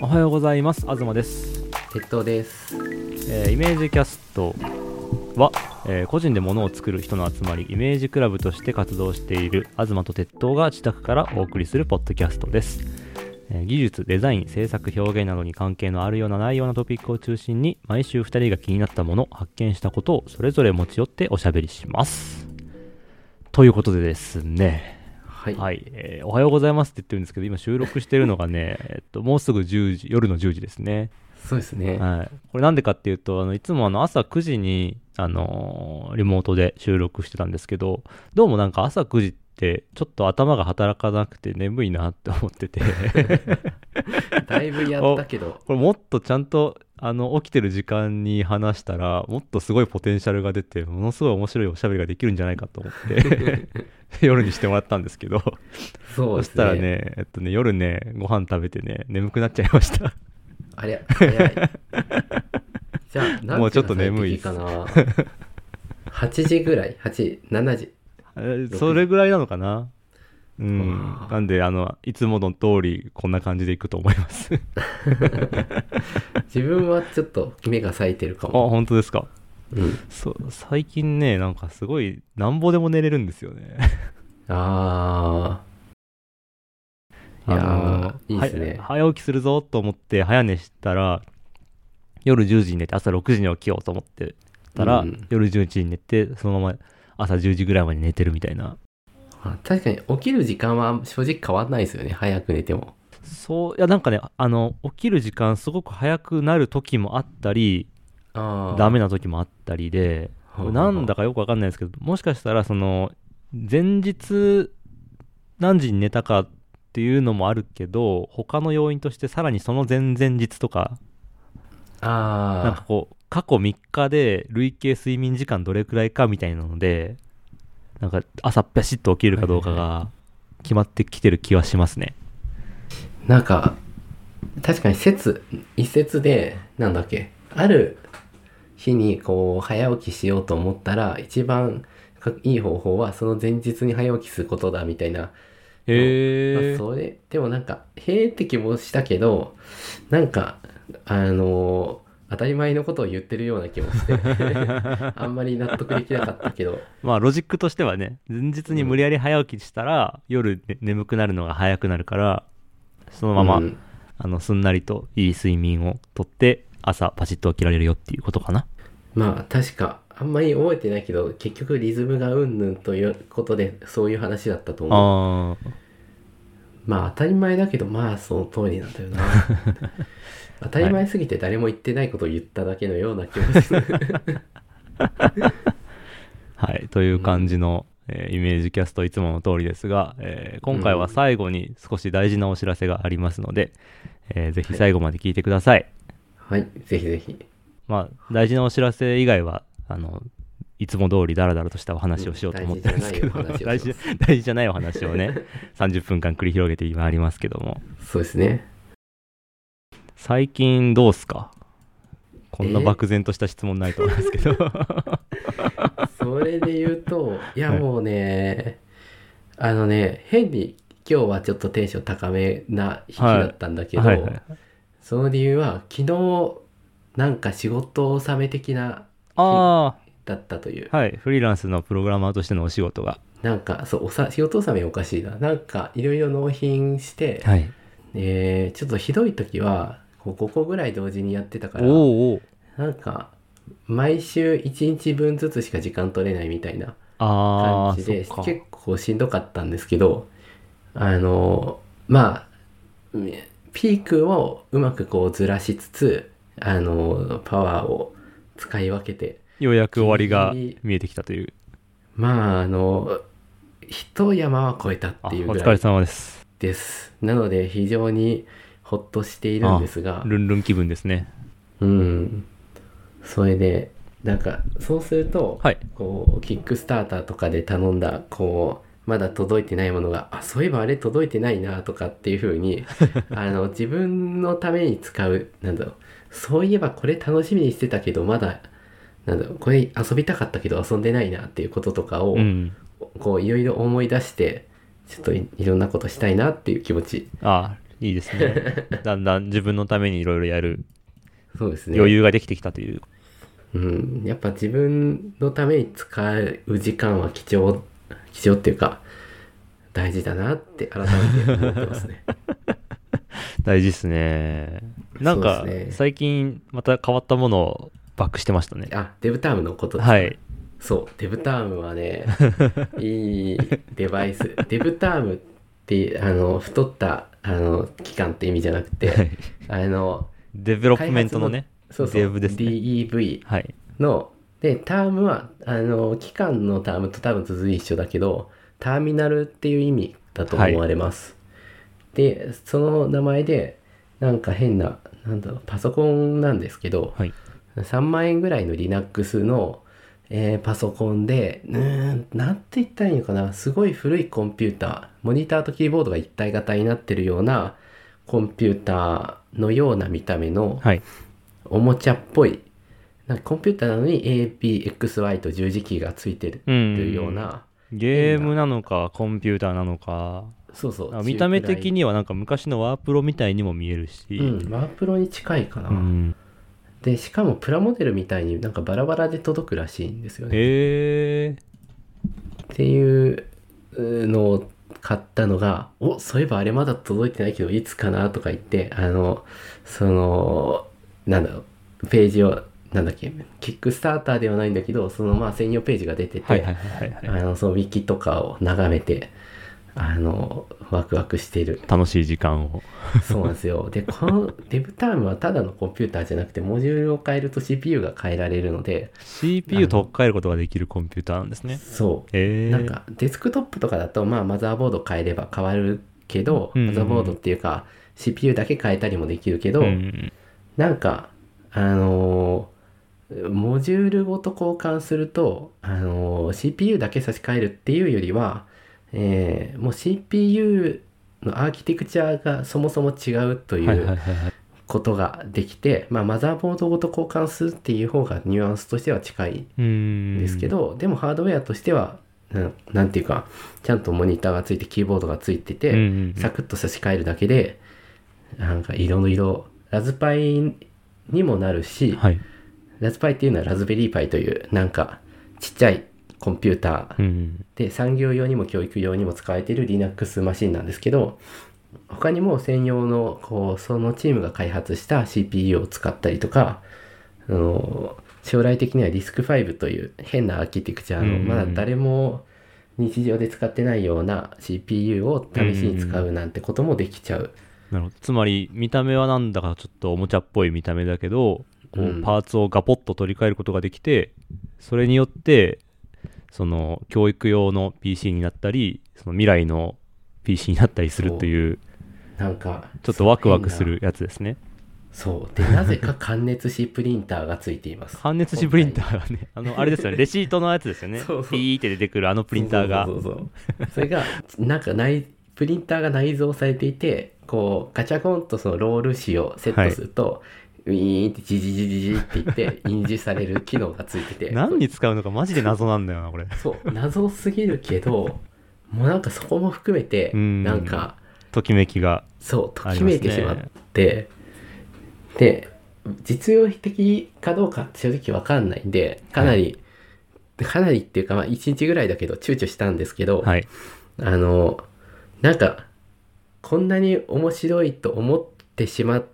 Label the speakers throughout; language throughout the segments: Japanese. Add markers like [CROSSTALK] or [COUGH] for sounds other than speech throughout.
Speaker 1: おはようございます東です、
Speaker 2: 鉄塔です。
Speaker 1: えーイメージキャストは、えー個人で物を作る人の集まりイメージクラブとして活動している東と鉄塔が自宅からお送りするポッドキャストです、えー技術デザイン制作表現などに関係のあるようなないようなトピックを中心に毎週2人が気になったもの発見したことをそれぞれ持ち寄っておしゃべりしますということでですね
Speaker 2: はい。
Speaker 1: はい、えーおはようございますって言ってるんですけど今収録してるのがね、えっと、もうすぐ10時夜の10時ですね
Speaker 2: そうですね。
Speaker 1: はい、これなんでかっていうとあのいつもあの朝9時に、あのーリモートで収録してたんですけどどうもなんか朝9時ってちょっと頭が働かなくて眠いなって思って
Speaker 2: [LAUGHS]
Speaker 1: て
Speaker 2: だいぶやったけど、
Speaker 1: これもっとちゃんとあの起きてる時間に話したらもっとすごいポテンシャルが出てものすごい面白いおしゃべりができるんじゃないかと思
Speaker 2: [LAUGHS]
Speaker 1: って夜にしてもらったんですけど
Speaker 2: そう
Speaker 1: そ
Speaker 2: で
Speaker 1: し
Speaker 2: す
Speaker 1: たら
Speaker 2: ね。
Speaker 1: ね、えっとね、夜ね、ご飯食べてね、眠くなっちゃいました。
Speaker 2: あれ、早い。じゃあ、何
Speaker 1: もうちょっと
Speaker 2: 時が最
Speaker 1: 眠いっ
Speaker 2: 適
Speaker 1: す
Speaker 2: かな。8時ぐらい ?8 時、7時。
Speaker 1: [LAUGHS] え
Speaker 2: 時
Speaker 1: それぐらいなのかなうん
Speaker 2: わ。あ
Speaker 1: なんで、あの、いつもの通り、こんな感じでいくと思い
Speaker 2: [LAUGHS]
Speaker 1: ます。
Speaker 2: 自分はちょっと目が冴えてるか
Speaker 1: あ、
Speaker 2: も。
Speaker 1: 本当ですか。
Speaker 2: うん、
Speaker 1: そう、最近ね、なんかすごい、なんぼでも寝れるんですよね。
Speaker 2: あいやー
Speaker 1: あの
Speaker 2: いいっすね
Speaker 1: は早起きするぞと思って、早寝したら、夜10時に寝て、朝6時に起きようと思ってたら、
Speaker 2: うん
Speaker 1: 夜10時に寝て、そのまま朝10時ぐらいまで寝てるみたいな。
Speaker 2: ーあ。確かに起きる時間は正直変わんないですよね。早く寝ても。
Speaker 1: そういやなんかねあの起きる時間すごく早くなる時もあったり
Speaker 2: ああ。
Speaker 1: ダメな時もあったりで
Speaker 2: ほうほうほう
Speaker 1: なんだかよくわかんないですけどもしかしたらその前日何時に寝たかっていうのもあるけど他の要因としてさらにその前々日とかなんか
Speaker 2: あ
Speaker 1: こう過去3日で累計睡眠時間どれくらいかみたいなのでなんか朝ピシッと起きるかどうかが決まってきてる気はしますね。
Speaker 2: あ。なんか、確かに説、一説で、なんだっけ、ある日にこう、早起きしようと思ったら、一番かいい方法は、その前日に早起きすることだ、みたいな。まあ、それ、でもなんか、へーって気もしたけど、なんか、あのー当たり前のことを言ってるような気も
Speaker 1: [LAUGHS]
Speaker 2: して、あんまり納得できなかったけど、
Speaker 1: まあロジックとしてはね前日に無理やり早起きしたら、夜ね眠くなるのが早くなるからそのまま、
Speaker 2: うん
Speaker 1: あのすんなりといい睡眠をとって朝パチッと起きられるよっていうことかな
Speaker 2: まあ確かあんまり覚えてないけど結局リズムがうんぬんということでそういう話だったと思
Speaker 1: あ
Speaker 2: う
Speaker 1: ー
Speaker 2: まあ当たり前だけどまあその通りなんだ
Speaker 1: [LAUGHS]
Speaker 2: よな当たり前すぎて誰も言ってないことを言っただけのような気もする
Speaker 1: はいという感じの、えーイメージキャストいつもの通りですが、えー今回は最後に少し大事なお知らせがありますので、えーぜひ最後まで聞いてください、
Speaker 2: はいぜひぜひ
Speaker 1: まあ大事なお知らせ以外はあのいつも通りダラダラとしたお話をしようと思ってるんですけど、
Speaker 2: うん大
Speaker 1: 大
Speaker 2: 事
Speaker 1: 事
Speaker 2: じ
Speaker 1: [LAUGHS] 大事じゃないお話をね30分間繰り広げて今ありますけども
Speaker 2: そうですね
Speaker 1: 最近どうっすかこんな漠然とした質問ないと思うんですけ
Speaker 2: [LAUGHS]
Speaker 1: ど
Speaker 2: それで言うといや
Speaker 1: はい
Speaker 2: もうね、あのね変に今日はちょっとテンション高めな日だったんだけど、
Speaker 1: はいはい
Speaker 2: その理由は昨日なんか仕事納め的な
Speaker 1: あ
Speaker 2: だったという
Speaker 1: あはいフリーランスのプログラマーとしてのお仕事が
Speaker 2: なんかそうおさ仕事納めおかしいななんかいろいろ納品して、
Speaker 1: はい
Speaker 2: えーちょっとひどい時はこう5個ぐらい同時にやってたか
Speaker 1: お
Speaker 2: ら
Speaker 1: おお
Speaker 2: なんか毎週1日分ずつしか時間取れないみたいな
Speaker 1: あ
Speaker 2: 感
Speaker 1: あ
Speaker 2: じ
Speaker 1: そっ
Speaker 2: で
Speaker 1: か
Speaker 2: 結構しんどかったんですけどあのまあねピークをうまくこうずらしつつあのパワーを使い分けて
Speaker 1: ようやく終わりが見えてきたという
Speaker 2: まああの一山は越えたっ
Speaker 1: あお
Speaker 2: ていうぐ
Speaker 1: 疲
Speaker 2: ら
Speaker 1: れ
Speaker 2: い
Speaker 1: 様です
Speaker 2: ですなので非常にほっとしているんですが
Speaker 1: ルンルン気分ですね
Speaker 2: うんそれでなんかそうすると、
Speaker 1: はい
Speaker 2: こうキックスターターとかで頼んだこうまだ届いてないものがあそういえばあれ届いてないなとかっていう
Speaker 1: [LAUGHS]
Speaker 2: 風にあの自分のために使うなんだろうそういえばこれ楽しみにしてたけどまだなんだろうこれ遊びたかったけど遊んでないなっていうこととかを、
Speaker 1: うん
Speaker 2: こういろいろ思い出してちょっといいろんなことしたいなっていう気持ち
Speaker 1: あいいです
Speaker 2: [LAUGHS]
Speaker 1: ね。だんだん自分のためにいろいろやる
Speaker 2: そうですね。
Speaker 1: 余裕ができてきたという。
Speaker 2: うん、やっぱ自分のために使う時間は貴重、貴重っていうか、大事だなって改めて思ってま
Speaker 1: [LAUGHS]
Speaker 2: すね。
Speaker 1: 大事ですね。なんか
Speaker 2: そうです、ね
Speaker 1: 最近また変わったものをバックしてましたね。
Speaker 2: あ、デブタームのことですか
Speaker 1: はい。
Speaker 2: そう、デブタームは
Speaker 1: [LAUGHS]
Speaker 2: ね、いいデバイス。デブタームって、あの、太った、あの、期間って意味じゃなくて、あの、
Speaker 1: デベロップメントのね。
Speaker 2: そうそう、
Speaker 1: デブですね
Speaker 2: DEV
Speaker 1: はい。
Speaker 2: の、で、タームは、あの、期間のタームと多分続き一緒だけど、ターミナルっていう意味だと思われます。で、その名前で、なんか変な、なんだろう、パソコンなんですけど、
Speaker 1: はい。
Speaker 2: 3万円ぐらいの Linux の、えーパソコンで、うーん、なんて言ったらいいのかな、すごい古いコンピューター、モニターとキーボードが一体型になってるようなコンピューターのような見た目の
Speaker 1: はい。
Speaker 2: おもちゃっぽい、なんかコンピューターなのに APXY と十字キーがついてるっていうような、
Speaker 1: ゲームなのか、コンピューターなのか。
Speaker 2: そうそう
Speaker 1: あ、見た目的
Speaker 2: に、
Speaker 1: にはなんか昔のワープロみたいにも見えるし。
Speaker 2: うん、ワープロに近いかな。
Speaker 1: うん
Speaker 2: で、しかもプラモデルみたいになんかバラバラで届くらしいんですよね。
Speaker 1: へえ。
Speaker 2: っていうのを買ったのが、おそういえばあれまだ届いてないけど、いつかなとか言って、あの、その、なんだろう、ページを、なんだっけ、キックスターターではないんだけど、そのまあ専用ページが出てて、
Speaker 1: はいはいはいはいはい。。
Speaker 2: あの、そのウィキとかを眺めて、あの、ワクワクしている
Speaker 1: [LAUGHS] 楽しい時間を。
Speaker 2: そうなんですよ。で、このデブタームはただのコンピューターじゃなくて、モジュールを変えると CPU が変えられるので、
Speaker 1: CPU 取っ換えることができるコンピューターなんですね。
Speaker 2: そう、
Speaker 1: ええ。
Speaker 2: なんかデスクトップとかだと、まあ、マザーボード変えれば変わるけど、
Speaker 1: うんうんう
Speaker 2: マ
Speaker 1: ん
Speaker 2: ザーボードっていうか CPU だけ変えたりもできるけど、
Speaker 1: うん
Speaker 2: なんかあのーモジュールごと交換すると、あのー CPU だけ差し替えるっていうよりは、えーもう CPU のアーキテクチャがそもそも違うとい
Speaker 1: はいはいうはいはい。
Speaker 2: ことができて、まあ、マザーボードごと交換するっていう方がニュアンスとしては近い
Speaker 1: うん。
Speaker 2: ですけど、でもハードウェアとしてはななんていうかちゃんとモニターがついてキーボードがついてて、
Speaker 1: うんうんうん
Speaker 2: サクッと差し替えるだけでなんか色の色ラズパイにもなるし、
Speaker 1: はい。
Speaker 2: ラズパイっていうのはラズベリーパイというなんかちっちゃいコンピューター
Speaker 1: うん。
Speaker 2: で産業用にも教育用にも使われている Linux マシンなんですけど他にも専用のこうそのチームが開発した CPU を使ったりとかあの将来的にはリスク5という変なアーキテクチャ
Speaker 1: うんう
Speaker 2: の
Speaker 1: んうん
Speaker 2: まだ誰も日常で使ってないような CPU を試しに使うなんてこともできちゃう。
Speaker 1: なるほど。つまり、見た目はなんだかちょっとおもちゃっぽい見た目だけど、こ
Speaker 2: う
Speaker 1: うんパーツをガポッと取り替えることができて、それによって、その教育用の PC になったり、その未来の PC になったりするという、
Speaker 2: なんか
Speaker 1: ちょっとワクワクするやつですね。
Speaker 2: そうでなぜか [LAUGHS] 感熱紙プリンターがついています
Speaker 1: 半熱紙プリンターがね、あの、あれですよね、レシートのやつですよね。
Speaker 2: [LAUGHS] そうそう
Speaker 1: ピーって出てくるあのプリンターが
Speaker 2: そ。うそうそうそうそれがなんか内プリンターが内蔵されていてこうガチャコンとそのロール紙をセットすると、ウィーンってジジジジジって言って印字される機能がついてて
Speaker 1: 何に使うのかマジで謎なんだよな、これ。
Speaker 2: そう謎すぎるけどもうなんかそこも含めて
Speaker 1: うん
Speaker 2: なんか
Speaker 1: ときめきが。
Speaker 2: そうときめいてしまって、で実用的かどうか正直わかんないんでかなり、かなりっていうかまあ1日ぐらいだけど躊躇したんですけど、
Speaker 1: はい。
Speaker 2: あの、なんか、こんなに面白いと思ってしま、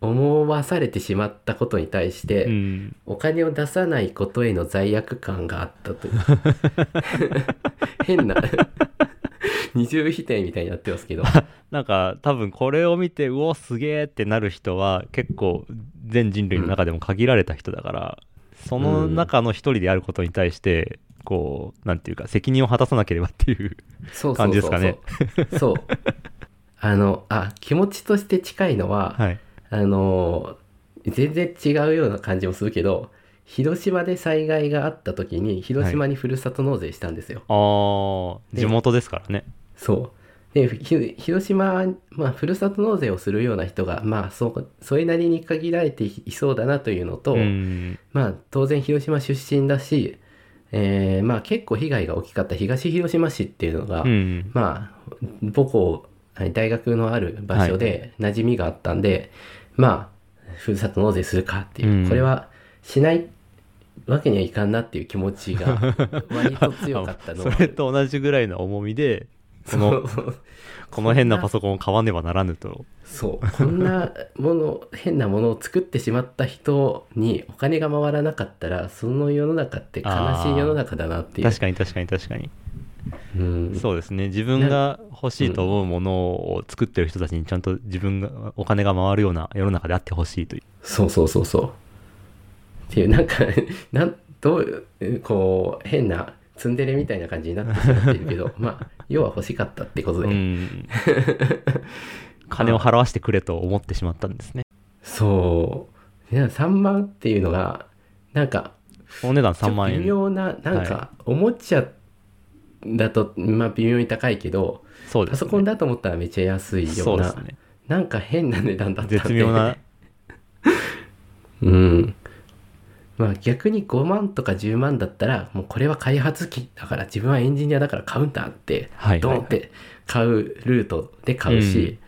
Speaker 2: 思わされてしまったことに対して、
Speaker 1: うん。
Speaker 2: お金を出さないことへの罪悪感があったという。変な、二重否定みたいになってますけど。
Speaker 1: なんか多分これを見てうおすげえってなる人は結構全人類の中でも限られた人だから、その中の一人であることに対してこうなんていうか責任を果たさなければっていう
Speaker 2: そうそうそうそう
Speaker 1: 感じですかね。
Speaker 2: そう。あの、あ、気持ちとして近いのは、
Speaker 1: はい
Speaker 2: あのー全然違うような感じもするけど広島で災害があった時に広島にふるさと納税したんですよ。
Speaker 1: あー地元ですからね
Speaker 2: そうでひ広島、まあ、ふるさと納税をするような人が、まあ、そうそれなりに限られていそうだなというのと、
Speaker 1: ん
Speaker 2: まあ、当然広島出身だし、えーまあ、結構被害が大きかった東広島市っていうのが、
Speaker 1: うん
Speaker 2: まあ、母校はい、大学のある場所で馴染みがあったんで、まあふるさと納税するかっていう、
Speaker 1: うん
Speaker 2: これはしないわけにはいかんなっていう気持ちが
Speaker 1: [LAUGHS]
Speaker 2: 割と強かったの
Speaker 1: それと同じぐらいの重みで、こ
Speaker 2: [LAUGHS]
Speaker 1: の、
Speaker 2: そう
Speaker 1: この変なパソコンを買わねばならぬと。
Speaker 2: そうこんなもの変なものを作ってしまった人にお金が回らなかったらその世の中って悲しい世の中だなっていう
Speaker 1: 確かに確かに確かに。
Speaker 2: うん
Speaker 1: そうですね。自分が欲しいと思うものを作ってる人たちにちゃんと自分が、お金が回るような世の中であってほしいという。
Speaker 2: そうそうそうそう。っていう、なんか、なん、どういう、こう、変な、ツンデレみたいな感じになってしまっているけ
Speaker 1: [LAUGHS]
Speaker 2: ど、まあ、要は欲しかったってことで。
Speaker 1: うん。金を払わせてくれと思ってしまったんですね。
Speaker 2: そう。で3万っていうのが、なんか、
Speaker 1: お値段
Speaker 2: ち
Speaker 1: 3
Speaker 2: ょっと
Speaker 1: 万
Speaker 2: 微
Speaker 1: 円。
Speaker 2: 妙な、なんか、おもちゃだと、まあ、微妙に高いけど、
Speaker 1: そうで
Speaker 2: パ
Speaker 1: す
Speaker 2: ソ
Speaker 1: ね。
Speaker 2: コンだと思ったらめっちゃ安いよ
Speaker 1: そううで
Speaker 2: な、
Speaker 1: すね。
Speaker 2: なんか変な値段だったんで
Speaker 1: 絶妙な。
Speaker 2: うん。まあ逆に5万とか10万だったら、もうこれは開発機だから、自分はエンジニアだから買うんだって、
Speaker 1: はい
Speaker 2: ド
Speaker 1: はい
Speaker 2: ンって買うルートで買うし、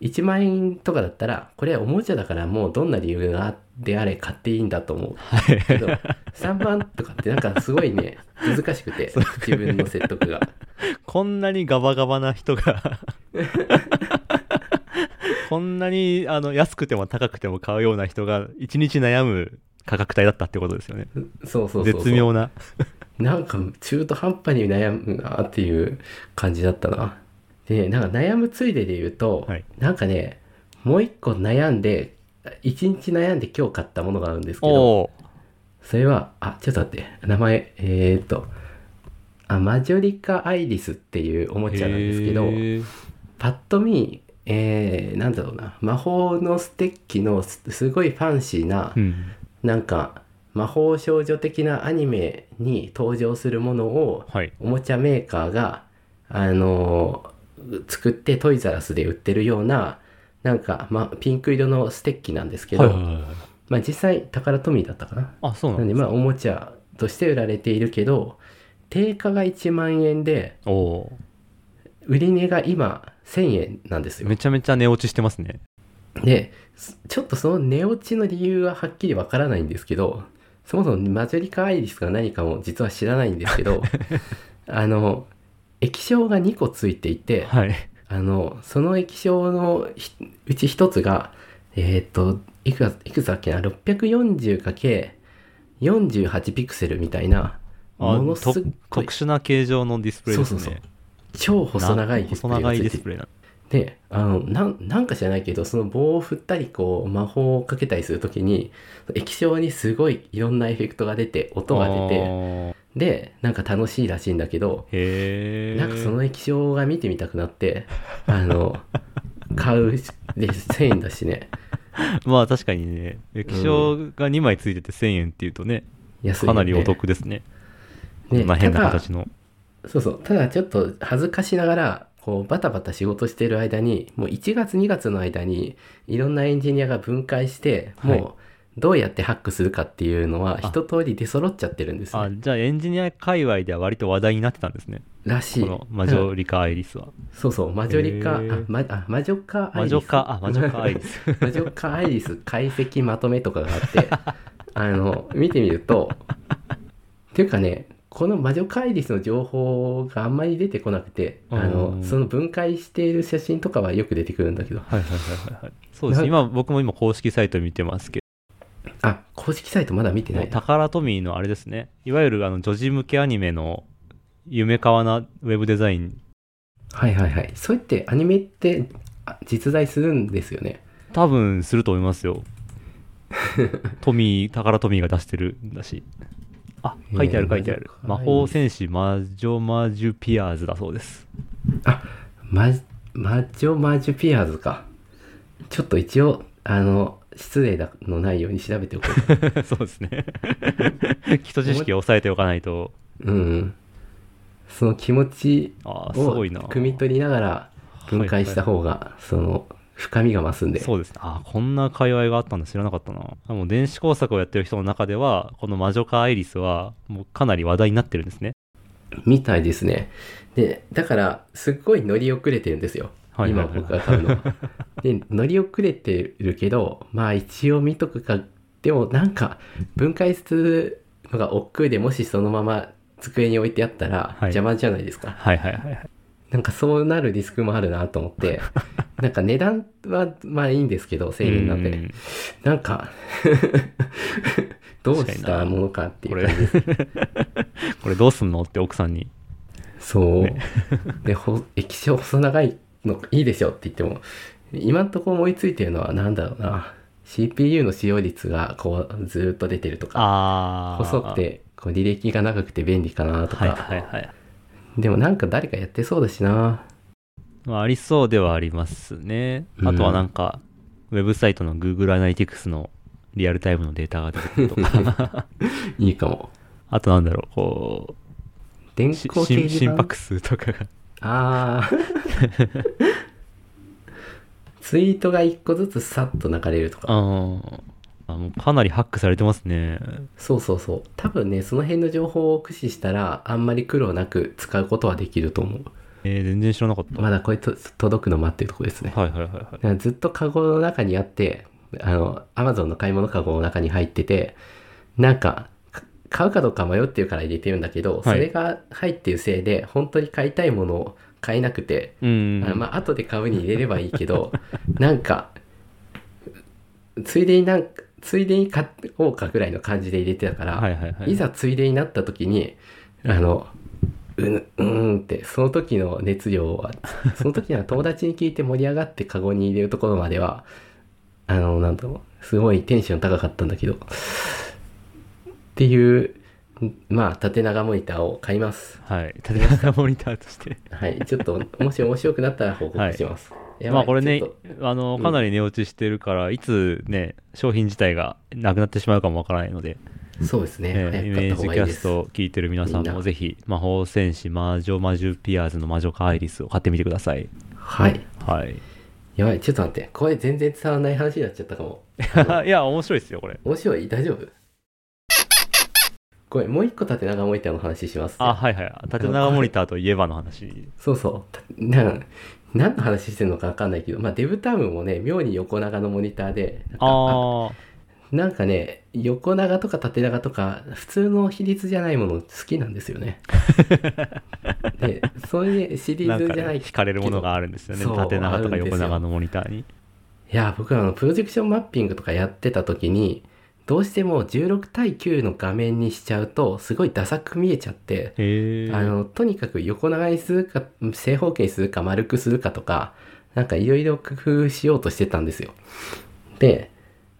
Speaker 2: 1万円とかだったら、これはおもちゃだからもうどんな理由があであれ買っていいんだと思う
Speaker 1: はい。 [LAUGHS]
Speaker 2: けど、3万とかってなんかすごいね、難しくて、自分の説得が。
Speaker 1: こんなにガバガバな人が [LAUGHS] こんなにあの安くても高くても買うような人が一日悩む価格帯だったってことですよね
Speaker 2: そうそうそうそう。
Speaker 1: 絶妙な
Speaker 2: なんか中途半端に悩むなっていう感じだったな。で、なんか悩むついでで言うと、
Speaker 1: はい
Speaker 2: なんかね、もう一個悩んで、一日悩んで今日買ったものがあるんですけど、
Speaker 1: おお
Speaker 2: それは、あ、ちょっと待って、名前、えーっと、あ、マジョリカ・アイリスっていうおもちゃなんですけど、パッと見、えー、なんだろうな、魔法のステッキのすすごいファンシーな、
Speaker 1: うん
Speaker 2: なんか魔法少女的なアニメに登場するものを
Speaker 1: はい
Speaker 2: おもちゃメーカーが、あのー作ってトイザラスで売ってるようななんか、まあ、ピンク色のステッキなんですけど、まあ、実際タカラトミーだったかな
Speaker 1: あそう
Speaker 2: な
Speaker 1: なんん
Speaker 2: で
Speaker 1: です
Speaker 2: まあおもちゃとして売られているけど定価が1万円で
Speaker 1: おお
Speaker 2: 売り値が今1000円なんです
Speaker 1: ー
Speaker 2: よ
Speaker 1: めちゃめちゃ値落ちしてますね
Speaker 2: ですちょっとその値落ちの理由ははっきりわからないんですけどそもそもマジョリカ・アイリスが何かも実は知らないんです
Speaker 1: [LAUGHS]
Speaker 2: けどあの液晶が2個ついていて
Speaker 1: はい
Speaker 2: あのその液晶のひうち1つがえーっといくついくつだっけな 640×48 ピクセルみたいな
Speaker 1: あ
Speaker 2: ものすっ
Speaker 1: と
Speaker 2: ごい
Speaker 1: 特殊な形状のディスプレイですね
Speaker 2: そうそう超細長い
Speaker 1: な
Speaker 2: ディス
Speaker 1: 細長
Speaker 2: プレイがつ
Speaker 1: い
Speaker 2: い
Speaker 1: ディ
Speaker 2: てて
Speaker 1: スプレイな
Speaker 2: であのなんなんか知らないけどその棒を振ったりこう魔法をかけたりするときに液晶にすごいいろんなエフェクトが出て音が出て
Speaker 1: て
Speaker 2: でなんか楽しいらしいんだけど
Speaker 1: へえ
Speaker 2: なんかその液晶が見てみたくなってあの買うしで1000円だしね
Speaker 1: まあ確かにね液晶が2枚ついてて1000円っていうとね、
Speaker 2: 安いよ
Speaker 1: か
Speaker 2: ね
Speaker 1: なりお得ですねこ
Speaker 2: ね
Speaker 1: んな変な
Speaker 2: ただ
Speaker 1: 形の
Speaker 2: そうそうただちょっと恥ずかしながらこうバタバタ仕事してる間にもう1月2月の間にいろんなエンジニアが分解して、
Speaker 1: はい
Speaker 2: もうどうやってハックするかっていうのは
Speaker 1: あ
Speaker 2: 一通り出揃っちゃってるんですね、
Speaker 1: あじゃあエンジニア界隈では割と話題になってたんですね
Speaker 2: らしい
Speaker 1: このマジョリカ・アイリスは
Speaker 2: そうそうマジョリカ
Speaker 1: へー
Speaker 2: あ、ま、あマジョカア
Speaker 1: 魔
Speaker 2: イリス
Speaker 1: 女化あ魔女化アイ
Speaker 2: [LAUGHS]
Speaker 1: リス
Speaker 2: マジョカアイリス解析まとめとかがあっ
Speaker 1: [LAUGHS]
Speaker 2: てあの見てみるとっていうかねこの魔女カアイリスの情報があんまり出てこなくてあ
Speaker 1: う
Speaker 2: の
Speaker 1: ん
Speaker 2: その分解している写真とかはよく出てくるんだけど
Speaker 1: はいはいはいはいはいそうです
Speaker 2: な
Speaker 1: ね今僕も今公式サイト見てますけ
Speaker 2: あ公式サイトまだ見て
Speaker 1: ど
Speaker 2: な
Speaker 1: もう
Speaker 2: いな
Speaker 1: タカラトミーのあれですねいわゆるあの女児向けアニメの夢かわなウェブデザイン
Speaker 2: はいはいはいそうやってアニメってあ実在するんですよね
Speaker 1: 多分すると思います [LAUGHS] よトミータカラトミーが出してるんだしあ書いてある書いてある
Speaker 2: えー
Speaker 1: 魔法戦士魔女魔女ピアーズだそうです [LAUGHS]
Speaker 2: あママジョマジュピアーズかちょっと一応あの失礼だのないように調べておこう
Speaker 1: そうです [LAUGHS] ね。基礎知識を抑えておかないと、
Speaker 2: うん、その気持ち
Speaker 1: ああ、す
Speaker 2: を
Speaker 1: ごいな。
Speaker 2: 汲み取りながら分解した方がその深みが増すんで、
Speaker 1: そうですね。ああ、こんな界隈があったんだ知らなかったな。あもう電子工作をやってる人の中では、この魔女化アイリスは、もうかなり話題になってるんですね。
Speaker 2: みたいですねでだからすっごい乗り遅れてるんですよ
Speaker 1: はいはい
Speaker 2: 今
Speaker 1: はい
Speaker 2: 僕が
Speaker 1: [LAUGHS]
Speaker 2: 買うのは。で乗り遅れてるけどまあ一応見とくかでもなんか分解するのが億劫でもしそのまま机に置いてあったら
Speaker 1: い
Speaker 2: 邪魔じゃないですか、
Speaker 1: はいはいはいはい。
Speaker 2: なんかそうなるリスクもあるなと思って
Speaker 1: [LAUGHS]
Speaker 2: なんか値段はまあいいんですけど1000円なんで
Speaker 1: うん
Speaker 2: なんか [LAUGHS] どうし
Speaker 1: 確か
Speaker 2: た
Speaker 1: にな
Speaker 2: ものかってい
Speaker 1: こ
Speaker 2: う
Speaker 1: れ
Speaker 2: 感じ、
Speaker 1: これど [LAUGHS] うすんのって奥さんに。
Speaker 2: そう、 [LAUGHS] でほ液晶細長いのいいでしょって言っても今んとこ思いついてるのはなんだろうな CPU の使用率がこうずーっと出てるとか
Speaker 1: ああ。
Speaker 2: 細く。てこう履歴が長くて便利かなとか、
Speaker 1: はいはいはい。
Speaker 2: でもなんか誰かやってそうだしな
Speaker 1: まあ、ありそうではありますね。
Speaker 2: うん
Speaker 1: あとはなんか、ウェブサイトの Google Analytics のリアルタイムのデータが出てくると [LAUGHS] か。
Speaker 2: いいかも
Speaker 1: あとなんだろう、こ
Speaker 2: 電
Speaker 1: う、し
Speaker 2: 光掲
Speaker 1: 心
Speaker 2: 示板
Speaker 1: 心拍数とかが。
Speaker 2: ああツイートが一個ずつさっと流れるとか
Speaker 1: [LAUGHS] あーあ。もうかなりハックされてますね。
Speaker 2: そうそうそう多分ねその辺の情報を駆使したらあんまり苦労なく使うことはできると思う
Speaker 1: えー、全然知らなかった。
Speaker 2: まだこれと届くの待ってるとこですね。
Speaker 1: はいはいはいはい
Speaker 2: だ。からずっとカゴの中にあって、あの、アマゾンの買い物カゴの中に入ってて、なんか、か買うかどうか迷ってるから入れてるんだけど、それが入ってるせいで、本当に買いたいものを買えなくて、
Speaker 1: うん。
Speaker 2: あのまあ、後で買うに入れればいいけど、 [LAUGHS] なんか、ついでになんか、ついでに買おうかぐらいの感じで入れてたから、
Speaker 1: はいはいはい。
Speaker 2: いざついでになった時にあのううーんってその時の熱量
Speaker 1: [LAUGHS]
Speaker 2: はその時は友達に聞いて盛り上がってカゴに入れるところまではあのなんだろうすごいテンション高かったんだけどっていうんまあ縦長モニターを買います
Speaker 1: はい。 [LAUGHS] 縦型モニターとして。
Speaker 2: はいちょっともし面白くなったら報告します、やばい
Speaker 1: まあこれね
Speaker 2: ちょっと、
Speaker 1: あの、かなり値落ちしてるから、いつね、商品自体がなくなってしまうかもわからないので、
Speaker 2: そうですね、
Speaker 1: えーイ
Speaker 2: 早く買
Speaker 1: メー
Speaker 2: った方
Speaker 1: ジ
Speaker 2: が
Speaker 1: キ
Speaker 2: いい
Speaker 1: ャ
Speaker 2: で
Speaker 1: ス
Speaker 2: す
Speaker 1: トを聞いてる皆さん
Speaker 2: みん
Speaker 1: も
Speaker 2: な
Speaker 1: ぜひ、魔法戦士魔女魔獣ピアーズの魔女カアイリスを買ってみてください。
Speaker 2: はい
Speaker 1: はい。
Speaker 2: やばいちょっと待ってこれ全然伝わらない話になっちゃったかも
Speaker 1: [LAUGHS] いや、面白いですよ、これ。
Speaker 2: 面白い大丈夫ごめんもう一個縦長モニターの話します
Speaker 1: あ、はいはい。縦長モニターといえばの話。
Speaker 2: そうそうたなん何の話してるのか分かんないけど、まあ、デブタームもね妙に横長のモニターでなんか
Speaker 1: ああ、
Speaker 2: なんかね横長とか縦長とか普通の比率じゃないもの好きなんです
Speaker 1: [LAUGHS]
Speaker 2: よねでそれでシリ
Speaker 1: な
Speaker 2: ー
Speaker 1: ん
Speaker 2: ズ
Speaker 1: か
Speaker 2: じゃない
Speaker 1: ね、惹かれるものがあるんですよね
Speaker 2: そう。
Speaker 1: 縦長と
Speaker 2: あ
Speaker 1: か
Speaker 2: るんです
Speaker 1: 横
Speaker 2: よ
Speaker 1: 長のモニターに。
Speaker 2: いや僕はあのプロジェクションマッピングとかやってた時にどうしても16対9の画面にしちゃうとすごいダサく見えちゃって
Speaker 1: へえ。
Speaker 2: あのとにかく横長にするか正方形にするか丸くするかとかなんかいろいろ工夫しようとしてたんですよ。で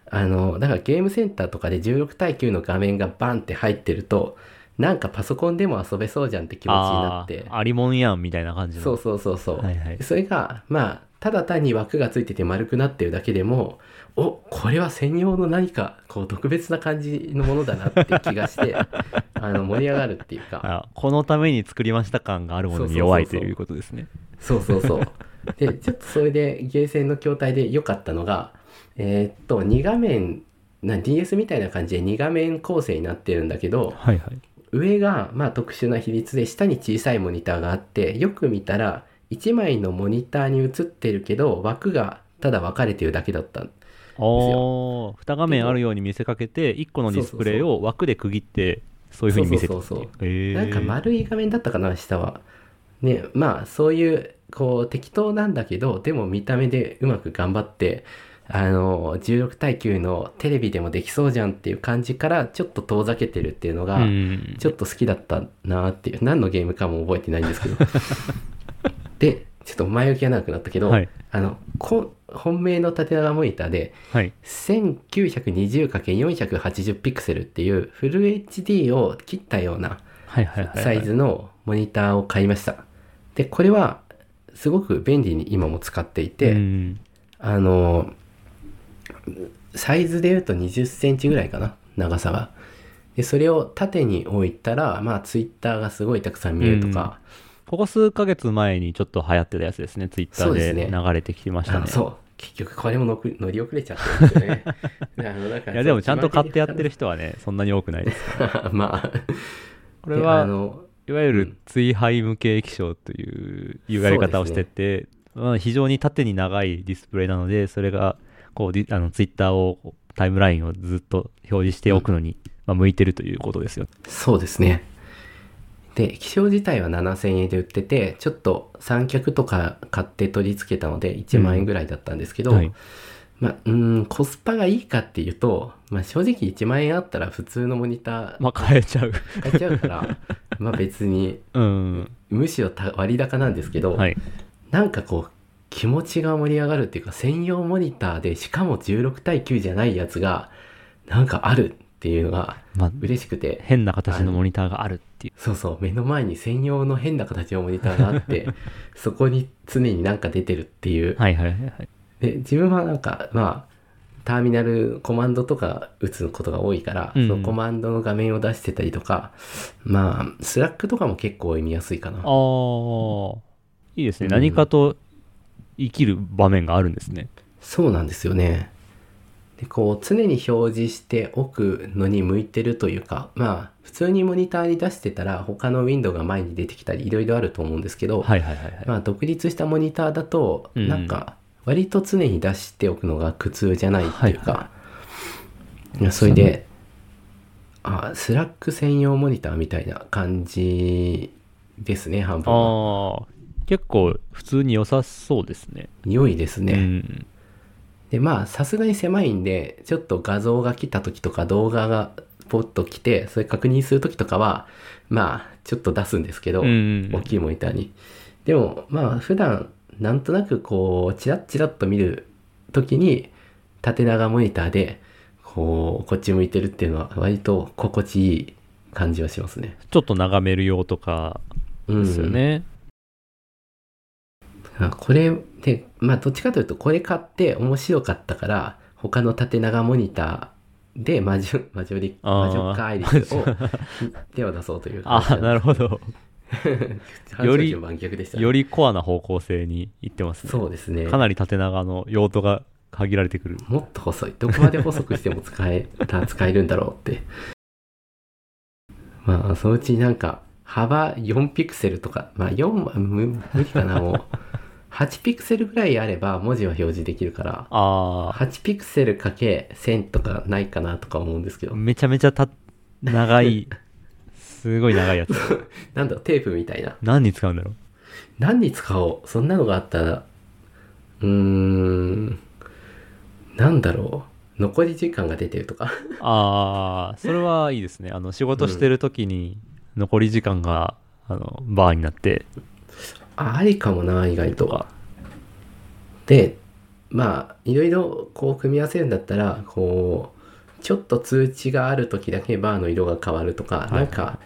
Speaker 2: あのだからゲームセンターとかで16対9の画面がバンって入ってるとなんかパソコンでも遊べそうじゃんって気持ちになって
Speaker 1: あーありもんやんみたいな感じの。
Speaker 2: そうそうそうそう、
Speaker 1: はいはい
Speaker 2: それがまあただ単に枠がついてて丸くなってるだけでもおこれは専用の何かこう特別な感じのものだなって気がし
Speaker 1: [LAUGHS]
Speaker 2: てあの盛り上がるっていうか
Speaker 1: あこのために作りました感があるものに弱い
Speaker 2: そう
Speaker 1: と
Speaker 2: そうそうそう
Speaker 1: いうことですね。
Speaker 2: そうそうそう。で、ちょっとそれでゲーセンの筐体で良かったのが、えーっと、2画面、な DS みたいな感じで2画面構成になってるんだけど、
Speaker 1: はいはい。
Speaker 2: 上がまあ特殊な比率で下に小さいモニターがあって、よく見たら1枚のモニターに映ってるけど、枠がただ分かれてるだけだった。
Speaker 1: おお、2画面あるように見せかけて、1個のディスプレイを枠で区切って、そういうふうに見せて
Speaker 2: そうそうそう
Speaker 1: っていうへ
Speaker 2: なん
Speaker 1: ー
Speaker 2: か丸い画面だったかな、下は。ね、まあそういう、こう適当なんだけど、でも見た目でうまく頑張って、あの、16対9のテレビでもできそうじゃんっていう感じからちょっと遠ざけてるっていうのが、
Speaker 1: うん
Speaker 2: ちょっと好きだったなっていう、何のゲームかも覚えてないんです
Speaker 1: [LAUGHS]
Speaker 2: けど。で、ちょっと前置きが長くなったけど、
Speaker 1: はい
Speaker 2: あの、こ本命の縦長モニターで、
Speaker 1: はい。
Speaker 2: 1920×480 ピクセルっていうフル HD を切ったような
Speaker 1: はいはいはいはい。
Speaker 2: [LAUGHS] サイズのモニターを買いました。で、これはすごく便利に今も使っていて、
Speaker 1: うん
Speaker 2: あの、サイズで言うと20センチぐらいかな、長さが。で、それを縦に置いたら、まあ、ツイッターがすごいたくさん見えるとか、
Speaker 1: ここ数ヶ月前にちょっと流行ってたやつですね、ツイッタ
Speaker 2: そ
Speaker 1: ー
Speaker 2: うです
Speaker 1: で
Speaker 2: ね
Speaker 1: 流れてきまし
Speaker 2: あ
Speaker 1: た
Speaker 2: の
Speaker 1: ね。
Speaker 2: そう、結局これものく乗り遅れちゃったんですよ
Speaker 1: [LAUGHS]
Speaker 2: ね。あのだから
Speaker 1: いやでもちゃんと買ってやってる人はね、そんなに多くない
Speaker 2: [LAUGHS]
Speaker 1: です。
Speaker 2: まあ、
Speaker 1: これ
Speaker 2: であ
Speaker 1: は、
Speaker 2: の、
Speaker 1: いわゆ
Speaker 2: う
Speaker 1: る
Speaker 2: ん
Speaker 1: 追廃無形液晶という言われ方をしてて、まあ、非常に縦に長いディスプレイなので、それが、こう、ディあの、ツイッターを、タイムラインをずっと表示しておくのに、まあ、向いてるということですよ。
Speaker 2: そうですね。で、液晶自体は7000円で売ってて、ちょっと三脚とか買って取り付けたので1万円ぐらいだったんですけど、
Speaker 1: はい
Speaker 2: まあ、うーん、コスパがいいかっていうと、まあ、正直1万円あったら普通のモニター
Speaker 1: まあ、変えちゃう。
Speaker 2: 買っちゃうから、まあ別に、
Speaker 1: [LAUGHS] うん。
Speaker 2: むしろた割高なんですけど、
Speaker 1: はい。
Speaker 2: なんかこう、気持ちが盛り上がるっていうか、専用モニターで、しかも16対9じゃないやつが、なんかあるっていうのが
Speaker 1: まあ、
Speaker 2: 嬉しくて、
Speaker 1: 変な形のモニターがあるっていう。
Speaker 2: そうそう、目の前に専用の変な形のモニターがあ
Speaker 1: [LAUGHS]
Speaker 2: って、そこに常になんか出てるっていう。
Speaker 1: はいはいはいはい。
Speaker 2: で、自分はなんか、まあ、ターミナルコマンドとか打つことが多いから、
Speaker 1: うん
Speaker 2: そのコマンドの画面を出してたりとか、まあ、スラックとかも結構読みやすいかな。
Speaker 1: ああ、いいですね。
Speaker 2: うん
Speaker 1: 何かと生きる場面があるんですね。
Speaker 2: そうなんですよね。でこう常に表示しておくのに向いてるというかまあ普通にモニターに出してたら他のウィンドウが前に出てきたりいろいろあると思うんですけど、
Speaker 1: はいはいはいはい。
Speaker 2: まあ、独立したモニターだと
Speaker 1: うん
Speaker 2: なんか割と常に出しておくのが苦痛じゃないっていうか、いやそれであスラック専用モニターみたいな感じですね半分は。
Speaker 1: ああ、結構普通に良さそうですね。
Speaker 2: 良いですね。
Speaker 1: うん。
Speaker 2: でまあさすがに狭いんでちょっと画像が来た時とか動画がポッと来てそれ確認する時とかはまあちょっと出すんですけど、
Speaker 1: うんうん
Speaker 2: 大きいモニターにでもまあ普段なんとなくこうチラッチラッと見る時に縦長モニターでこうこっち向いてるっていうのは割と心地いい感じはしますね。
Speaker 1: ちょっと眺める用とか
Speaker 2: うん
Speaker 1: ですよね。
Speaker 2: あこれでまあどっちかというとこれ買って面白かったから他の縦長モニターでマ [LAUGHS] ジョマジョリ
Speaker 1: あー
Speaker 2: マジョッカアイリスを
Speaker 1: [LAUGHS]
Speaker 2: 手を出そうという
Speaker 1: ああ、なるほど。
Speaker 2: [LAUGHS] ど
Speaker 1: よ
Speaker 2: よ
Speaker 1: り
Speaker 2: り万逆でしたね、
Speaker 1: よりコアな方向性に行ってますね。
Speaker 2: そうですね
Speaker 1: かなり縦長の用途が限られてくる。
Speaker 2: もっと細いどこまで細くしても使えた [LAUGHS] 使えるんだろうってまあそのうちなんか幅4ピクセルとかまあ4は無無理かなもう8ピクセルぐらいあれば文字は表示できるから
Speaker 1: あ
Speaker 2: 8ピクセルかけ1000とかないかなとか思うんですけ
Speaker 1: あ、
Speaker 2: ど、
Speaker 1: めちゃめちゃた長 [LAUGHS] い、すごい長いやつ。
Speaker 2: なんだろうテープみたいな。
Speaker 1: 何に使うんだろう。
Speaker 2: 何に使おうそんなのがあったら、うーん、なんだろう残り時間が出てるとか。
Speaker 1: ああ、それはいいですね。あの、仕事してる時に残り時間が、あの、バーになって、
Speaker 2: あ、ありかもな、意外と。で、まあ、いろいろこう組み合わせるんだったら、こう、ちょっと通知がある時だけバーの色が変わるとか、
Speaker 1: いはい
Speaker 2: なんか、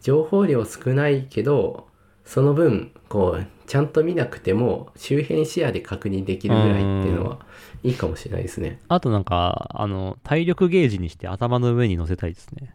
Speaker 2: 情報量少ないけど、その分、こう、ちゃんと見なくても、周辺視野で確認できるぐらいっていうのは、いいかもしれないですね。
Speaker 1: あとなんか、あの、体力ゲージにして頭の上に乗せたいですね。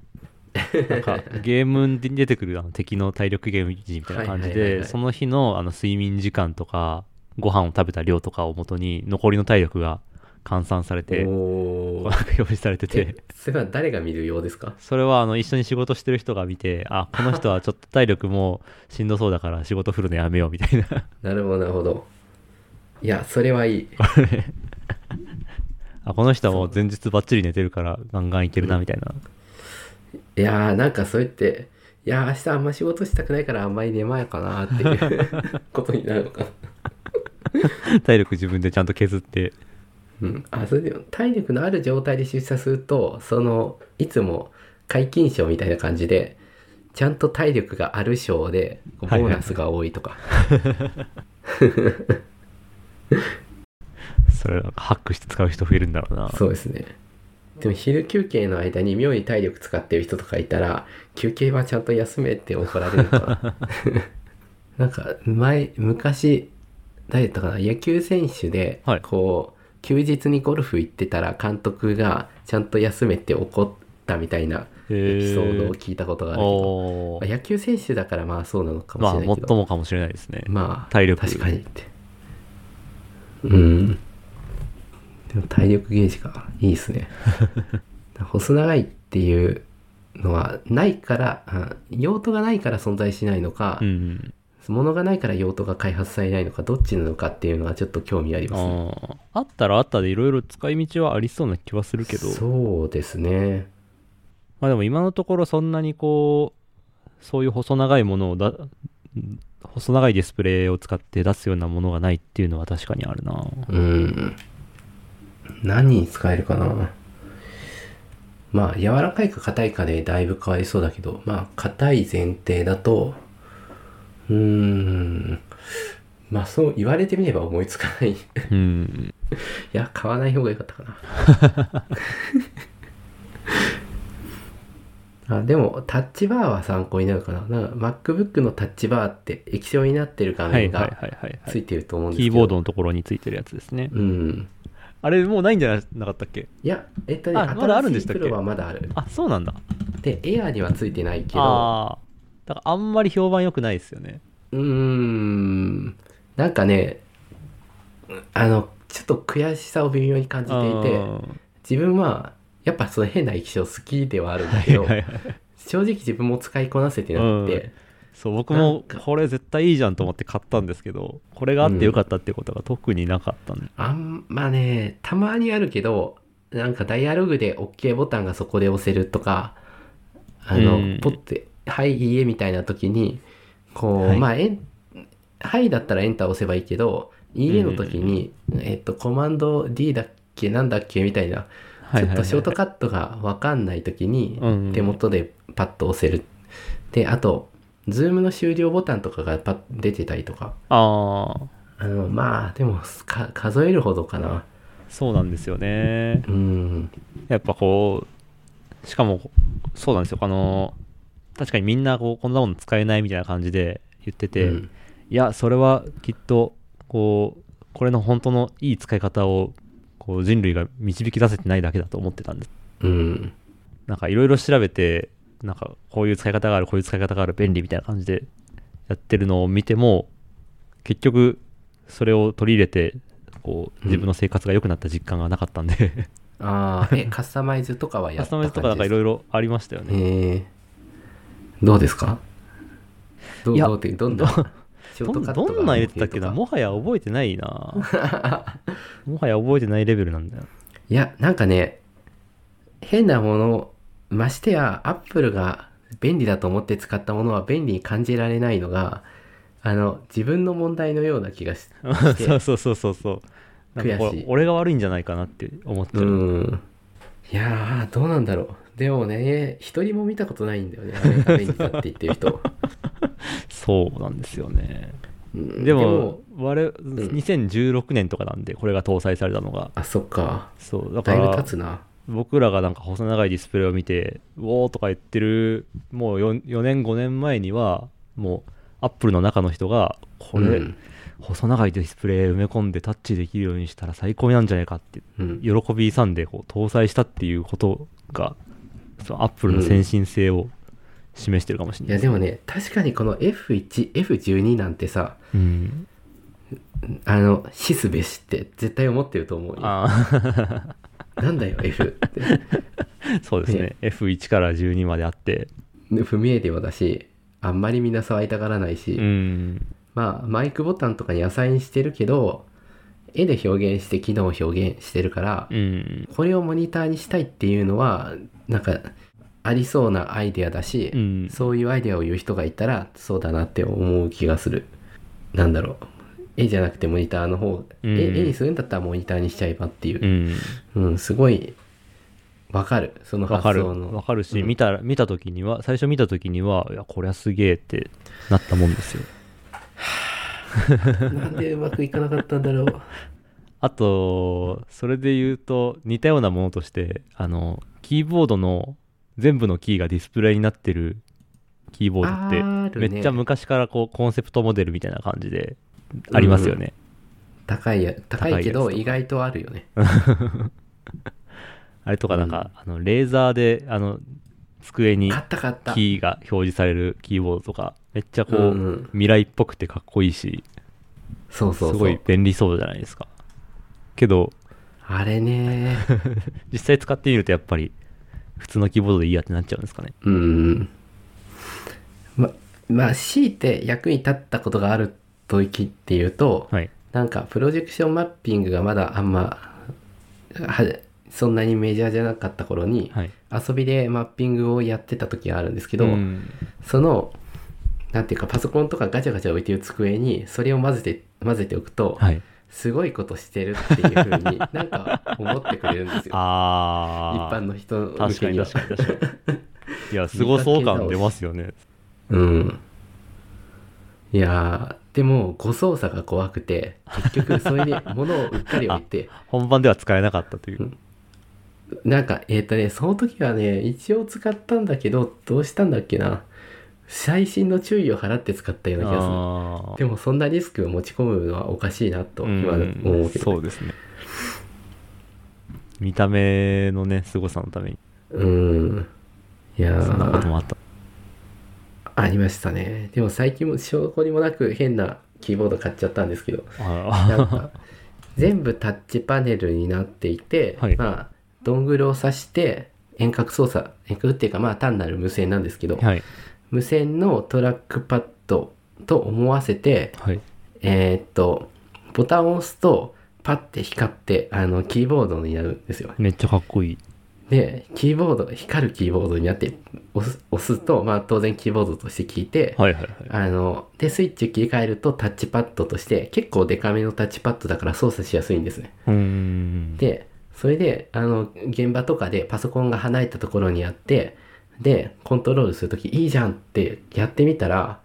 Speaker 1: なん
Speaker 2: [LAUGHS]
Speaker 1: か、ゲームに出てくるあの敵の体力ゲームジみたいな感じ
Speaker 2: はいはいはい
Speaker 1: で、
Speaker 2: はい
Speaker 1: その日のあの睡眠時間とか、ご飯を食べた量とかをもとに、残りの体力が換算されて、こう
Speaker 2: お
Speaker 1: なんか
Speaker 2: ー
Speaker 1: [LAUGHS] 表示されて
Speaker 2: え
Speaker 1: て、
Speaker 2: それは誰が見るようですか [LAUGHS]
Speaker 1: それはあの一緒に仕事してる人が見て、あ、この人はちょっと体力もうしんどそうだから仕事振るのやめようみたいな。
Speaker 2: なるほど、なるほど。いや、それはいい。
Speaker 1: あ、この人はもう前日バッチリ寝てるからガンガンいけるなみたいな。
Speaker 2: いやーなんかそうやっていやー明日あんま仕事したくないからあんまり寝まいかなっていう
Speaker 1: [LAUGHS]
Speaker 2: ことになるのかな
Speaker 1: 体力自分でちゃんと削って。
Speaker 2: うんあそれでも体力のある状態で出社するとそのいつも皆勤賞みたいな感じでちゃんと体力がある賞でこうボ
Speaker 1: はいはい
Speaker 2: ーナスが多いとか、
Speaker 1: それハックして使う人増えるんだろうな。
Speaker 2: そうですねでも昼休憩の間に妙に体力使ってる人とかいたら休憩はちゃんと休めって怒られるのか
Speaker 1: [LAUGHS]
Speaker 2: ななんか前昔誰だったかな野球選手で
Speaker 1: はい
Speaker 2: こう、休日にゴルフ行ってたら監督がちゃんと休めって怒ったみたいな
Speaker 1: へ
Speaker 2: エピソード
Speaker 1: ー
Speaker 2: を聞いたことがあるけど、
Speaker 1: お
Speaker 2: まあ
Speaker 1: ー
Speaker 2: 野球選手だからまあそうなのかも
Speaker 1: ま
Speaker 2: し
Speaker 1: あ、
Speaker 2: れな
Speaker 1: もっ
Speaker 2: いけ
Speaker 1: と
Speaker 2: ど
Speaker 1: もかもしれないですね。
Speaker 2: まあ
Speaker 1: 体力
Speaker 2: 確かにってうんでも体力ゲージがいいです
Speaker 1: [LAUGHS]
Speaker 2: ね細長いっていうのはないからあ用途がないから存在しないのか、
Speaker 1: うん。
Speaker 2: 物がないから用途が開発されないのかどっちなのかっていうのはちょっと興味ありますね
Speaker 1: あああったらあったでいろいろ使い道はありそうな気はするけど
Speaker 2: そうですね
Speaker 1: まあでも今のところそんなにこうそういう細長いものをだ細長いディスプレイを使って出すようなものがないっていうのは確かにあるな
Speaker 2: うん何に使えるかなまあ柔らかいか硬いかでだいぶ変わりそうだけどまあ硬い前提だとうーんまあそう言われてみれば思いつかない [LAUGHS] い
Speaker 1: うん
Speaker 2: や買わない方が良かったかな [LAUGHS] あでもタッチバーは参考になるかななんか MacBook のタッチバーって液晶になってる画
Speaker 1: はい
Speaker 2: 面
Speaker 1: はいはい
Speaker 2: が
Speaker 1: はい、は
Speaker 2: つい
Speaker 1: い、
Speaker 2: てると思うんです
Speaker 1: キ
Speaker 2: け
Speaker 1: ー
Speaker 2: ど、
Speaker 1: ボードのところについてるやつですね
Speaker 2: うん
Speaker 1: あれもうないんじゃなかったっけ
Speaker 2: いや、えっとね、
Speaker 1: あまだあるんで
Speaker 2: 新し
Speaker 1: し
Speaker 2: い
Speaker 1: たっ
Speaker 2: プ
Speaker 1: け
Speaker 2: ロはまだある。
Speaker 1: あそうなんだ
Speaker 2: で、エアーにはついてないけど、
Speaker 1: ああだからあんまり評判良くないですよね
Speaker 2: うーん、なんかね、あの、ちょっと悔しさを微妙に感じていて、自分は、やっぱその変な液晶好きではあるんだけ
Speaker 1: て
Speaker 2: ど、
Speaker 1: はいはいはい
Speaker 2: 正直自分も使いこなせてなくて、
Speaker 1: そう僕
Speaker 2: なん
Speaker 1: も
Speaker 2: か
Speaker 1: これ絶対いいじゃんと思って買ったんですけどこれがあってよかったってことが特になかったんで、
Speaker 2: あんまね、たまにあるけど、なんかダイアログで OK ボタンがそこで押せるとか、あの、
Speaker 1: うん
Speaker 2: ポッて、はい、いいえみたいな時に、こう、
Speaker 1: はい
Speaker 2: まあ、えんはいだったらエンター押せばいいけど、いいえの時に、えっと、コマンド D だっけなんだっけみたいな、
Speaker 1: はいはい
Speaker 2: ちょ
Speaker 1: は
Speaker 2: っ
Speaker 1: い
Speaker 2: とショートカットがわかんない時に
Speaker 1: うん、
Speaker 2: 手元でパッと押せる。で、あと、ズームの終了ボタンとかがパッ出てたりとか、
Speaker 1: ああ
Speaker 2: あの、まあ、でも、か数えるほどかな。
Speaker 1: そうなんですよね
Speaker 2: うん。
Speaker 1: やっぱこうしかもそうなんですよあの確かにみんなこうこんなもの使えないみたいな感じで言ってて、
Speaker 2: うん
Speaker 1: いやそれはきっとこうこれの本当のいい使い方をこう人類が導き出せてないだけだと思ってたんです
Speaker 2: うん、
Speaker 1: なんかいろいろ調べてなんかこういう使い方があるこういう使い方がある便利みたいな感じでやってるのを見ても結局それを取り入れてこう自分の生活が良くなった実感がなかったんで、[LAUGHS]
Speaker 2: ああ、え、カスタマイズとかはや
Speaker 1: カ
Speaker 2: っ
Speaker 1: スタ
Speaker 2: た感
Speaker 1: マイ
Speaker 2: じ
Speaker 1: ズとかなんかいろ
Speaker 2: い
Speaker 1: いろありましたよね、
Speaker 2: えー、どうですかどう
Speaker 1: いや
Speaker 2: どうってどんなショー
Speaker 1: ど
Speaker 2: ト
Speaker 1: ん
Speaker 2: カットが
Speaker 1: どんな入れてたっけな
Speaker 2: とか
Speaker 1: もはや覚えてないな
Speaker 2: [LAUGHS]
Speaker 1: もはや覚えてないレベルなんだよ
Speaker 2: いやなんかね変なものましてやアップルが便利だと思って使ったものは便利に感じられないのがあの自分の問題のような気がして
Speaker 1: [LAUGHS] そうそうそうそうそうなんかこれ
Speaker 2: 悔しい
Speaker 1: 俺が悪いんじゃないかなって思っちゃ
Speaker 2: う
Speaker 1: う、
Speaker 2: んいやーどうなんだろうでもね一人も見たことないんだよねあれが便利だって言ってる人、
Speaker 1: そうなんですよね
Speaker 2: うん
Speaker 1: でも我々
Speaker 2: ん
Speaker 1: 2016年とかなんでこれが搭載されたのが
Speaker 2: あそっか
Speaker 1: そうだか
Speaker 2: だいぶ経
Speaker 1: ら
Speaker 2: つな
Speaker 1: 僕らがなんか細長いディスプレイを見てうおーとか言ってるもう 4, 4年5年前にはもうアップルの中の人がこれ、
Speaker 2: うん
Speaker 1: 細長いディスプレイ埋め込んでタッチできるようにしたら最高なんじゃないかって
Speaker 2: うん
Speaker 1: 喜びさんでこう搭載したっていうことがそのアップルの先進性を示してるかもしれ
Speaker 2: い
Speaker 1: ない
Speaker 2: や
Speaker 1: で
Speaker 2: でもね確かにこの F1F12 なんてさ
Speaker 1: す、うん、
Speaker 2: あの死すべしって絶対思ってると思うよ
Speaker 1: あ
Speaker 2: なんだよ F
Speaker 1: [LAUGHS]
Speaker 2: って
Speaker 1: あ [LAUGHS] そうですね F1 から12まであって
Speaker 2: 不明瞭だしあんまりみんな騒いたがらないし、
Speaker 1: うん
Speaker 2: まあマイクボタンとかに野菜にしてるけど絵で表現して機能を表現してるから、
Speaker 1: うん
Speaker 2: これをモニターにしたいっていうのはなんかありそうなアイデアだし、
Speaker 1: うん
Speaker 2: そういうアイデアを言う人がいたらそうだなって思う気がするなんだろう絵じゃなくてモニターの方、
Speaker 1: うん
Speaker 2: 絵絵にするんだったらモニターにしちゃえばっていうう、
Speaker 1: ん
Speaker 2: うんすごいわかるその
Speaker 1: わ
Speaker 2: 発
Speaker 1: かる
Speaker 2: 想の
Speaker 1: わかるし、
Speaker 2: うん
Speaker 1: 見たら見た時には最初見た時にはいやこりゃすげえってなったもんですよ
Speaker 2: なんでうまくいかなかったんだろう
Speaker 1: あとそれで言うと似たようなものとしてあのキーボードの全部のキーがディスプレイになってるキーボードっ
Speaker 2: あ
Speaker 1: て
Speaker 2: るね
Speaker 1: めっちゃ昔からこうコンセプトモデルみたいな感じでありますよね、
Speaker 2: 高いや高いけど
Speaker 1: 高いやつとか
Speaker 2: 意外とあるよね
Speaker 1: あれとかなんか、あのレーザーであの机に
Speaker 2: 買った買った
Speaker 1: キーが表示されるキーボードとかめっちゃこう、
Speaker 2: うんうん
Speaker 1: 未来っぽくてかっこいいし
Speaker 2: そうそう
Speaker 1: す
Speaker 2: そう
Speaker 1: ごい便利そうじゃないですかけど
Speaker 2: あれね
Speaker 1: 実際使ってみるとやっぱり普通のキーボードでいいやってなっちゃうんですかね
Speaker 2: うんままあ強いて役に立ったことがある時っていうと
Speaker 1: はい。
Speaker 2: なんかプロジェクションマッピングがまだあんまはそんなにメジャーじゃなかった頃に
Speaker 1: はい。
Speaker 2: 遊びでマッピングをやってた時があるんですけど、
Speaker 1: うん
Speaker 2: そのなんていうかパソコンとかガチャガチャ置いてる机にそれを混ぜて混ぜておくと、
Speaker 1: はい。
Speaker 2: すごいことしてるっていうふうになんか思ってくれるん
Speaker 1: [LAUGHS]
Speaker 2: ですよ一
Speaker 1: ああ。
Speaker 2: 般の人向
Speaker 1: 確か
Speaker 2: け [LAUGHS]
Speaker 1: に
Speaker 2: には
Speaker 1: 確かに確かに。いや、すごそう感出ますよね。
Speaker 2: うんいやーでも誤操作が怖くて結局それで物をうっかり置いて [LAUGHS]
Speaker 1: 本番では使えなかったという
Speaker 2: う。んなんかえっ、とねその時はね一応使ったんだけどどうしたんだっけな最新の注意を払って使ったような気がする
Speaker 1: あ
Speaker 2: でもそんなリスクを持ち込むのはおかしいなと
Speaker 1: ー
Speaker 2: 今思うけど、
Speaker 1: そうですね。見た目のね、凄さのために、
Speaker 2: うん。いや
Speaker 1: そんなこと
Speaker 2: ー
Speaker 1: もあった。
Speaker 2: ありましたね。でも最近も証拠にもなく変なキーボード買っちゃったんですけど、な
Speaker 1: あ
Speaker 2: んか全部タッチパネルになっていて、
Speaker 1: はい
Speaker 2: まあ、ドングルを挿して遠隔操作、遠隔っていうかまあ単なる無線なんですけど、
Speaker 1: ーはい。
Speaker 2: 無線のトラックパッドと思わせて、
Speaker 1: はい。
Speaker 2: えーっと、ボタンを押すと、パッて光って、あの、キーボードになるんですよ。
Speaker 1: めっちゃかっこいい。
Speaker 2: で、キーボード、光るキーボードになって押す押すと、まあ当然キーボードとして聞いて、
Speaker 1: はいはいはい。
Speaker 2: あの、で、スイッチ切り替えるとタッチパッドとして、結構デカめのタッチパッドだから操作しやすいんですね。
Speaker 1: うーん。
Speaker 2: で、それで、あの、現場とかでパソコンが離れたところにあって、で、コントロールするときいいじゃんってやってみたら、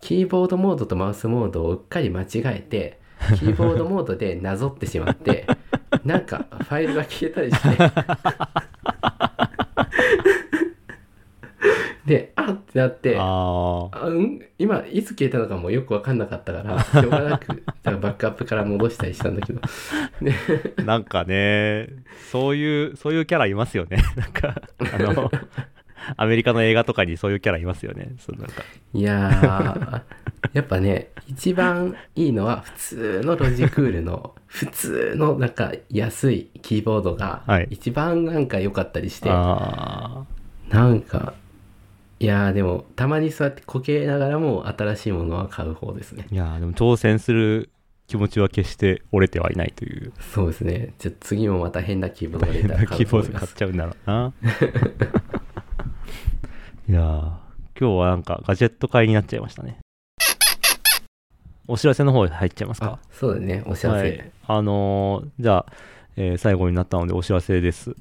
Speaker 2: キーボードモードとマウスモードをうっかり間違えて、キーボードモードでなぞってしまって、なんかファイルが消えたりして。で、あってなって、
Speaker 1: あ
Speaker 2: あうん、今いつ消えたのかもよく分かんなかったからしょうがなくだからバックアップから戻したりしたんだけど
Speaker 1: あ。 [LAUGHS] なんかね、そういう、そういうキャラいますよね。 [LAUGHS] なんか、あの、アメリカの映画とかにそういうキャラいますよね。そうなんか。
Speaker 2: い
Speaker 1: [LAUGHS]
Speaker 2: やーやっぱね一番いいのは普通のロジクー
Speaker 1: [LAUGHS]
Speaker 2: ルの普通のなんか安いキーボードが
Speaker 1: はい
Speaker 2: 一番なんか良かったりして、
Speaker 1: あ
Speaker 2: なんかいやーでもたまにそうやってこけながらも新しいものは買う方ですね
Speaker 1: あ。いやーでも挑戦する気持ちは決して折れてはいないという。
Speaker 2: そうですねじゃあ次もまた変なキーボードが出たら買
Speaker 1: キ
Speaker 2: う
Speaker 1: ー
Speaker 2: と
Speaker 1: ボ
Speaker 2: 思い
Speaker 1: ード
Speaker 2: ま
Speaker 1: 買っ
Speaker 2: す
Speaker 1: ちゃうんだろう [LAUGHS] な。いやー今日はなんかガジェット会になっちゃいましたね。お知らせの方入っちゃいますか
Speaker 2: あそうだねお知らせ、
Speaker 1: はい、あのーじゃあ、えー最後になったのでお知らせです。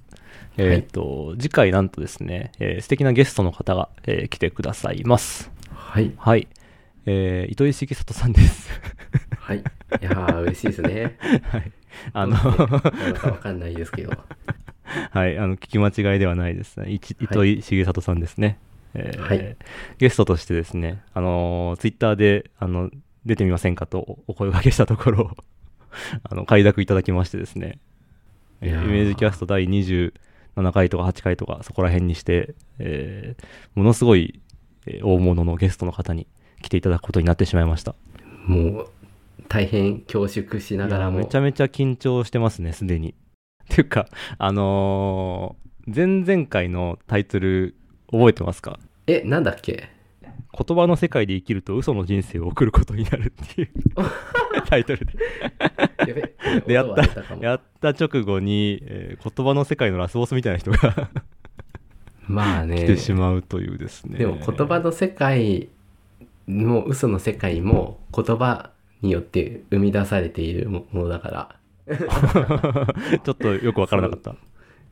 Speaker 1: えっ、と、次回なんとですね、えー素敵なゲストの方が、えー来てくださいます。
Speaker 2: はい
Speaker 1: はい。えー、糸井重里さんです。
Speaker 2: はい。いやー、嬉しいですね。
Speaker 1: はい。 [LAUGHS] あの、
Speaker 2: どうしてなのか
Speaker 1: は
Speaker 2: わかんないですけど。
Speaker 1: い、
Speaker 2: [LAUGHS]
Speaker 1: あの、聞き間違いではないですね。いち糸井重里さんですね。えー
Speaker 2: はい
Speaker 1: ゲストとしてですね、あのツイッター Twitter で、あの、出てみませんかとおお声掛けしたところ、 [LAUGHS] あの、快諾いただきましてですね、え
Speaker 2: いや
Speaker 1: ー
Speaker 2: ー
Speaker 1: イメージキャスト第27回とか8回とかそこら辺にして、えーものすごいえー大物のゲストの方に来ていただくことになってしまいました。
Speaker 2: もう、大変恐縮しながら
Speaker 1: いや
Speaker 2: も。
Speaker 1: めちゃめちゃ緊張してますね、すでに。 [LAUGHS] っていうか、あのー前々回のタイトル覚えてますか
Speaker 2: え、なんだっけ
Speaker 1: 言葉の世界で生きると嘘の人生を送ることになるっていう
Speaker 2: [LAUGHS]
Speaker 1: タイトルで
Speaker 2: やべ、
Speaker 1: でやっ
Speaker 2: 音
Speaker 1: た
Speaker 2: が出たかも
Speaker 1: やった直後に、えー言葉の世界のラスボスみたいな人が [LAUGHS]
Speaker 2: まあね。
Speaker 1: 来てしまうというですね、
Speaker 2: でも言葉の [LAUGHS] 世界も嘘の世界も言葉によって生み出されているものだから、
Speaker 1: [LAUGHS] ちょっとよくわからなかった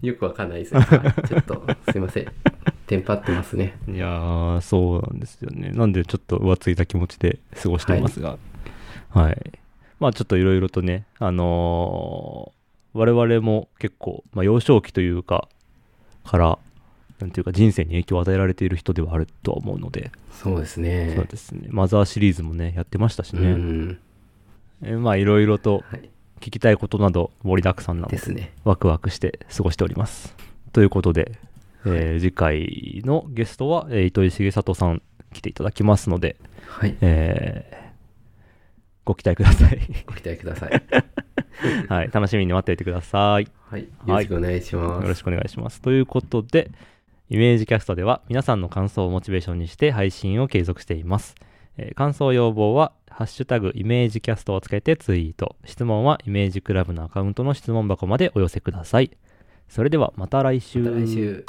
Speaker 2: よくわかんないです [LAUGHS] ね。はいちょっと、すいません。テンパってますね。
Speaker 1: いやーそうなんですよねなんでちょっと浮ついた気持ちで過ごしていますがはい、まあちょっといろいろとねあのー我々も結構、まあ、幼少期というかからなんていうか人生に影響を与えられている人ではあるとは思うので、
Speaker 2: そうですね。
Speaker 1: そうですねマザーシリーズもねやってましたし
Speaker 2: う
Speaker 1: ね、
Speaker 2: ん。
Speaker 1: えまあいろいろと
Speaker 2: はい。
Speaker 1: 聞きたいことなど盛りだくさんなの
Speaker 2: で
Speaker 1: です
Speaker 2: ね。
Speaker 1: ワクワクして過ごしております。ということで、えー次回のゲストは、えー糸井重里さん来ていただきますので、
Speaker 2: はい。
Speaker 1: えーご期待ください、
Speaker 2: ご期待くださ [LAUGHS] い。
Speaker 1: [LAUGHS] はい。楽しみに待っていてください。
Speaker 2: はい。よろしくお願いし
Speaker 1: よ
Speaker 2: ます
Speaker 1: ろ。しくお願いします。ということで、イメージキャストでは皆さんの感想をモチベーションにして配信を継続しています。えー感想要望は、ハッシュタグイメージキャストをつけてツイート。質問はイメージクラブのアカウントの質問箱までお寄せください。それではまた来週。
Speaker 2: また来週。